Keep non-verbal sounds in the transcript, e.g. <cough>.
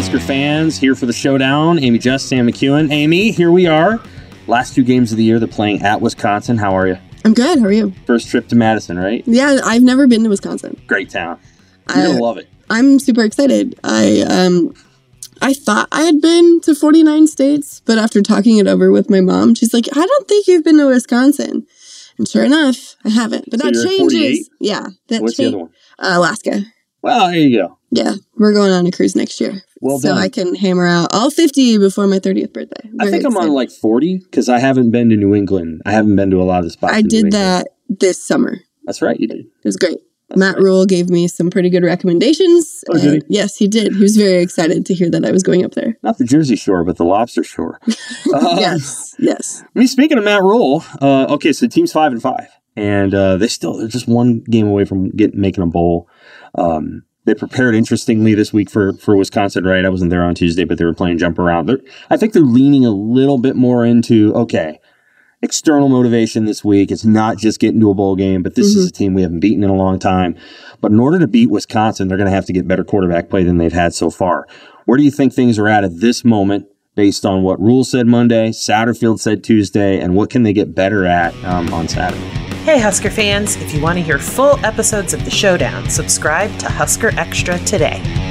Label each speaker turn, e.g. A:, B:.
A: Husker fans here for the showdown. Amy Just, Sam McEwen. Amy, here we are. Last two games of the year, they're playing at Wisconsin. How are you?
B: I'm good. How are you?
A: First trip to Madison, right?
B: Yeah, I've never been to Wisconsin.
A: Great town. You're
B: I,
A: gonna love it.
B: I'm super excited. I um, I thought I had been to 49 states, but after talking it over with my mom, she's like, "I don't think you've been to Wisconsin." And sure enough, I haven't. But
A: So
B: that
A: you're at 48?
B: changes. Yeah, that
A: What's the
B: change-
A: other one?
B: Uh, Alaska.
A: Well, there you go.
B: Yeah, we're going on a cruise next year,
A: Well
B: so
A: done.
B: I can hammer out all 50 before my 30th birthday.
A: I
B: Very
A: think I'm on
B: excited.
A: like 40 because I haven't been to New England. I haven't been to a lot of the spots.
B: I
A: in New
B: did
A: England.
B: that this summer.
A: That's right, you did.
B: It was great.
A: That's
B: Matt
A: right.
B: Rule gave me some pretty good recommendations.
A: Oh, did
B: and- Yes, he did. He was very excited to hear that I was going up there.
A: Not the Jersey Shore, but the Lobster
B: <laughs>
A: Shore. Uh,
B: yes, yes.
A: I mean, speaking of Matt Rule, uh, okay, so the team's five and five, and uh, they still they're just one game away from getting making a bowl. Um, they prepared interestingly this week for for Wisconsin, right? I wasn't there on Tuesday, but they were playing jump around. They're, I think they're leaning a little bit more into okay, external motivation this week. It's not just getting to a bowl game, but this is a team we haven't beaten in a long time. But in order to beat Wisconsin, they're going to have to get better quarterback play than they've had so far. Where do you think things are at at this moment, based on what Rule said Monday, Satterfield said Tuesday, and what can they get better at um, on Saturday?
C: Hey, Husker fans, if you want to hear full episodes of The Showdown, subscribe to Husker Extra today.